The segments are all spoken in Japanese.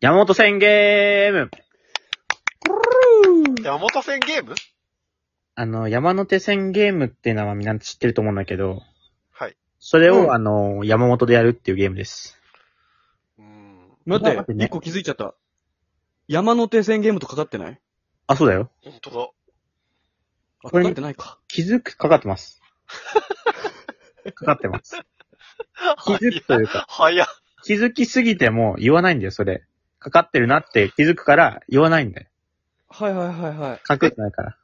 山本宣ゲーム山本線ゲームあの、山手線ゲームっていうのはみんな知ってると思うんだけど、はい。それを、うんあの、山本でやるっていうゲームです。うん。待まあっ待ってて、ね一個気づいちゃった。山手線ゲームとかかってないあ、そうだよ。ほんとだ。あ、こかれかってないか。気づく、かかって ます。かかってます。気づくというか、 早っ。気づきすぎても言わないんだよ、それ。かかってるなって気づくから言わないんだよ。はいはいはいはい。隠してないから。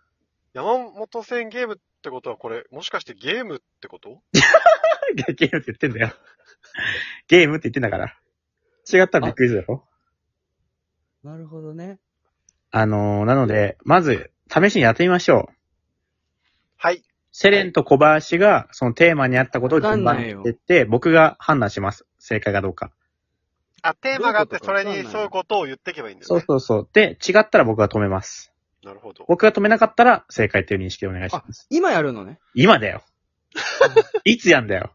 山本線ゲームってことはこれ、もしかしてゲームってことゲームって言ってんだよ。ゲームって言ってんだから。違ったらびっくりするだろなるほどね。あのー、なので、まず、試しにやってみましょう。はい。セレンと小林が、そのテーマに合ったことを順番に言ってって、僕が判断します。正解かどうか。あ、テーマがあって、どそういれうことかにそういうことを言っていけばいいんだそようね。そうそう。で、違ったら僕が止めます。なるほど。僕が止めなかったら、正解という認識でお願いします。今やるのね。今だ よ。いつやんだよ。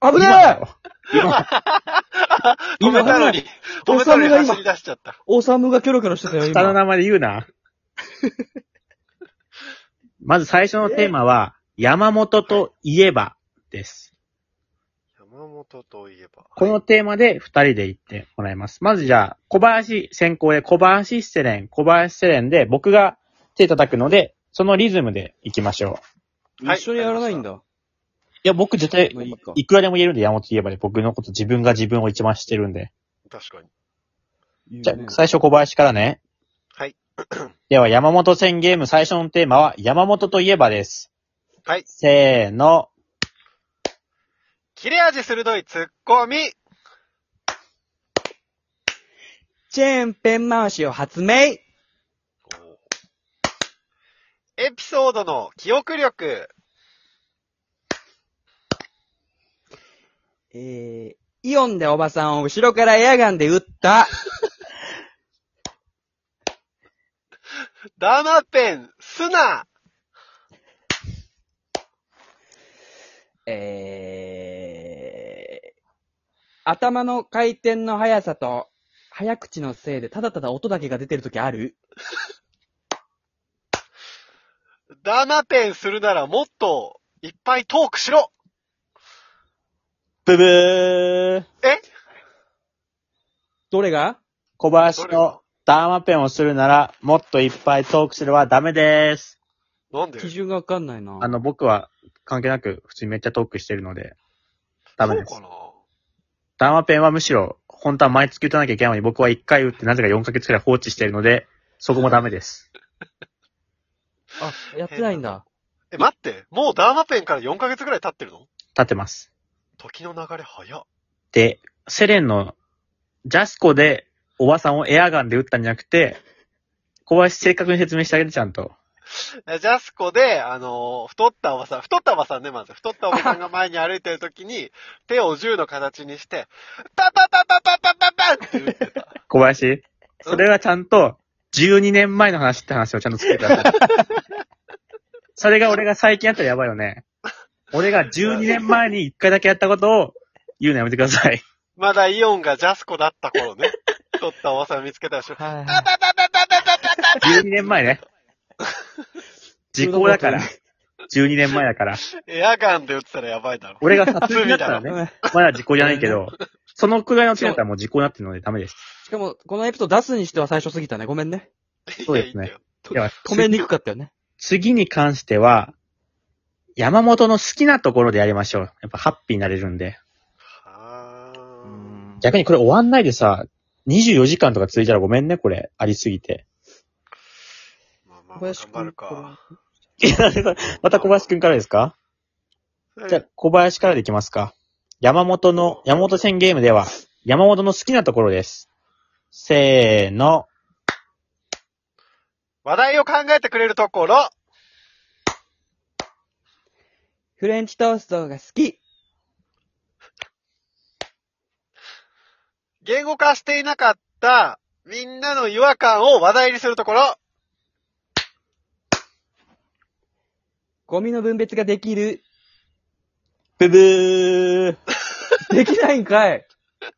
危今だよ今、止めたのに、止めたのにおさむが今走り出しちゃった。オサムがキョロキョロしてたよ、下の今。名前で言う な。まず最初のテーマは、山本といえばです。山本といえば。このテーマで二人で行ってもらいます。まずじゃあ、小林先行で小林セレン、小林セレンで僕が手叩くので、そのリズムで行きましょう。はい一緒にやらないんだ。いや、僕絶対まあいいか、いくらでも言えるんで、山本言えばね、僕のこと自分が自分を一番知ってるんで。確かに。じゃあ、最初小林からね。はい。では、山本戦ゲーム最初のテーマは、山本といえばです。はいせーの。切れ味鋭い突っ込みチェーンペン回しを発明エピソードの記憶力えー、イオンでおばさんを後ろからエアガンで撃った。ダーマペン、すなえー、頭の回転の速さと、早口のせいでただただ音だけが出てるときあるダーマペンするならもっといっぱいトークしろブブー。えどれが小林のダーマペンをするなら、もっといっぱいトークするはダメです。なんで基準がわかんないな。あの、僕は関係なく普通にめっちゃトークしてるので、ダメでそすう。かなダーマペンはむしろ、本当は毎月打たなきゃいけないのに僕は1回打ってなぜか4ヶ月くらい放置してるので、そこもダメです。あ、やってないんだ。え、待って、もうダーマペンから4ヶ月ぐらい経ってるの立ってます。時の流れ早っ。で、セレンのジャスコでおばさんをエアガンで撃ったんじゃなくて、小林正確に説明してあげてちゃんと。えジャスコで、あのー太ったおばさん、太ったおばさんね、まず。太ったおばさんが前に歩いてる時 に、手を銃の形にして、パパパパパパパパンって打ってた。小林、それはちゃんと12年前の話って話をちゃんとつけてくだ さい。それが俺が最近やったらやばいよね。俺が12年前に1回だけやったことを言うのやめてください。まだイオンがジャスコだった 頃ね。太ったおばさん見つけたでしょ。はいはい。パパパパパパパパパ12年前ね。時効だから。12年前だから。エアガンで撃ってたらやばいだろ。俺が殺人だったらごね。めんまだ時効じゃないけど、そのくらいの手だったらもう時効になってるのでダメです。しかも、このエピソード出すにしては最初すぎたね。ごめ んね。そうですねいやいいんだよでは、止めにくかったよね。次に関しては、山本の好きなところでやりましょう。やっぱハッピーになれるんで。はうーん。ん逆にこれ終わんないでさ、24時間とか続いたらごめんね、これ。ありすぎて。まあまあ、頑張るか。 また小林くんからですかじゃあ、小林からでいきますか。山本の、山本戦ゲームでは、山本の好きなところです。せーの。話題を考えてくれるところ、フレンチトーストが好き。言語化していなかった、みんなの違和感を話題にするところ、ゴミの分別ができる。ブブー。できないんかい。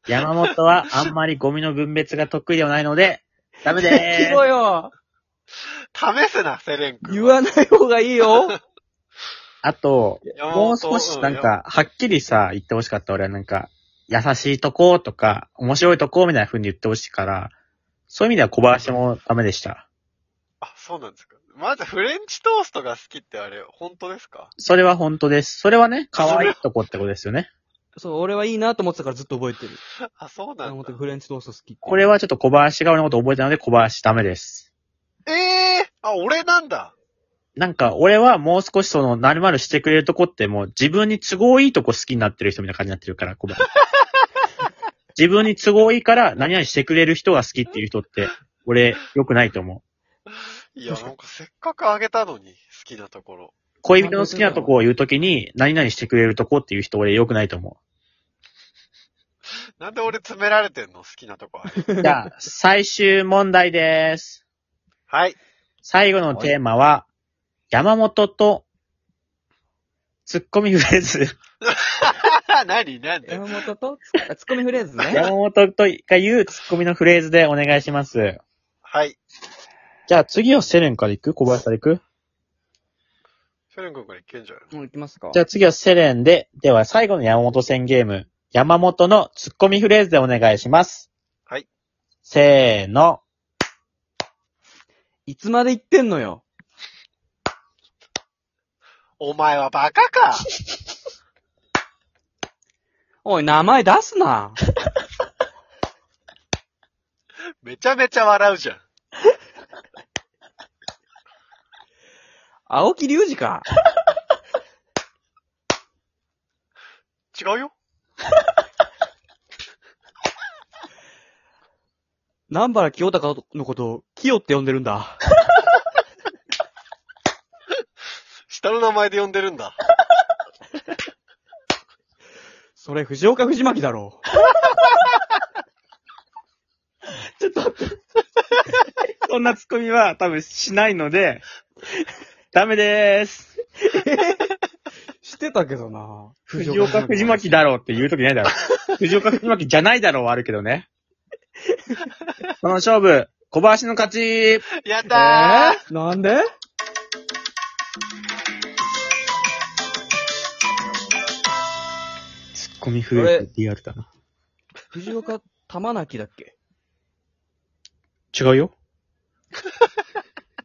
山本はあんまりゴミの分別が得意ではないので、ダメで聞こよ試すな、セレン君言は。わない方がいいよす。あと、山本もう少しなん、か、はっきりさ、言ってほしかった俺はなんか、優しいとことか、面白いとこみたいな風に言ってほしいから、そういう意味では小林もダメでした。あ、そうなんですか。まずフレンチトーストが好きってあれ、本当ですかそれは本当です。それはね、可愛いとこってことですよね。そう、俺はいいなと思ってたからずっと覚えてる。あ、そうなん山だ本。フレンチトースト好きって。これはちょっと小林が俺のこと覚えてないので小林ダメです。ええー、あ、俺なんだ。なんか、俺はもう少しその、なるまるしてくれるとこってもう、自分に都合いいとこ好きになってる人みたいな感じになってるから、ごめん 自分に都合いいから、何々してくれる人が好きっていう人って、俺、良くないと思う。いや、なんかせっかくあげたのに、好きなところ。恋人の好きなとこを言うときに、何々してくれるとこっていう人、俺、良くないと思なんで俺詰められてんの好きなとこあれ。う。じゃあ、最終問題です。はい。 最後のテーマは、山本と、ツッコミフレーズ。何何山本とあツッコミフレーズね。山本とが言うツッコミのフレーズでお願いします。はい。じゃあ次はセレンから行く小林から行くセレン君からいけんじゃないもう行きますか。じゃあ次はセレンで、では最後の山本戦ゲーム、山本のツッコミフレーズでお願いします。はい。せーの。いつまで言ってんのよ。お前はバカかおい、名前出すな。めちゃめちゃ笑うじゃん。青木隆二か。違うよ。南原清隆のことを、清って呼んでるんだ。下の名前で呼んでるんだ。それ、藤岡藤巻だろう。そんなツッコミは多分しないので、ダメです。知ってたけどな。藤岡藤巻だろうって言うときないだろ う。藤岡藤巻じゃないだろうはあるけどね。この勝負、小林の勝ちやっえーたー、、なんでツッコミフレーズリアルだな。藤岡玉泣だっけ違うよ。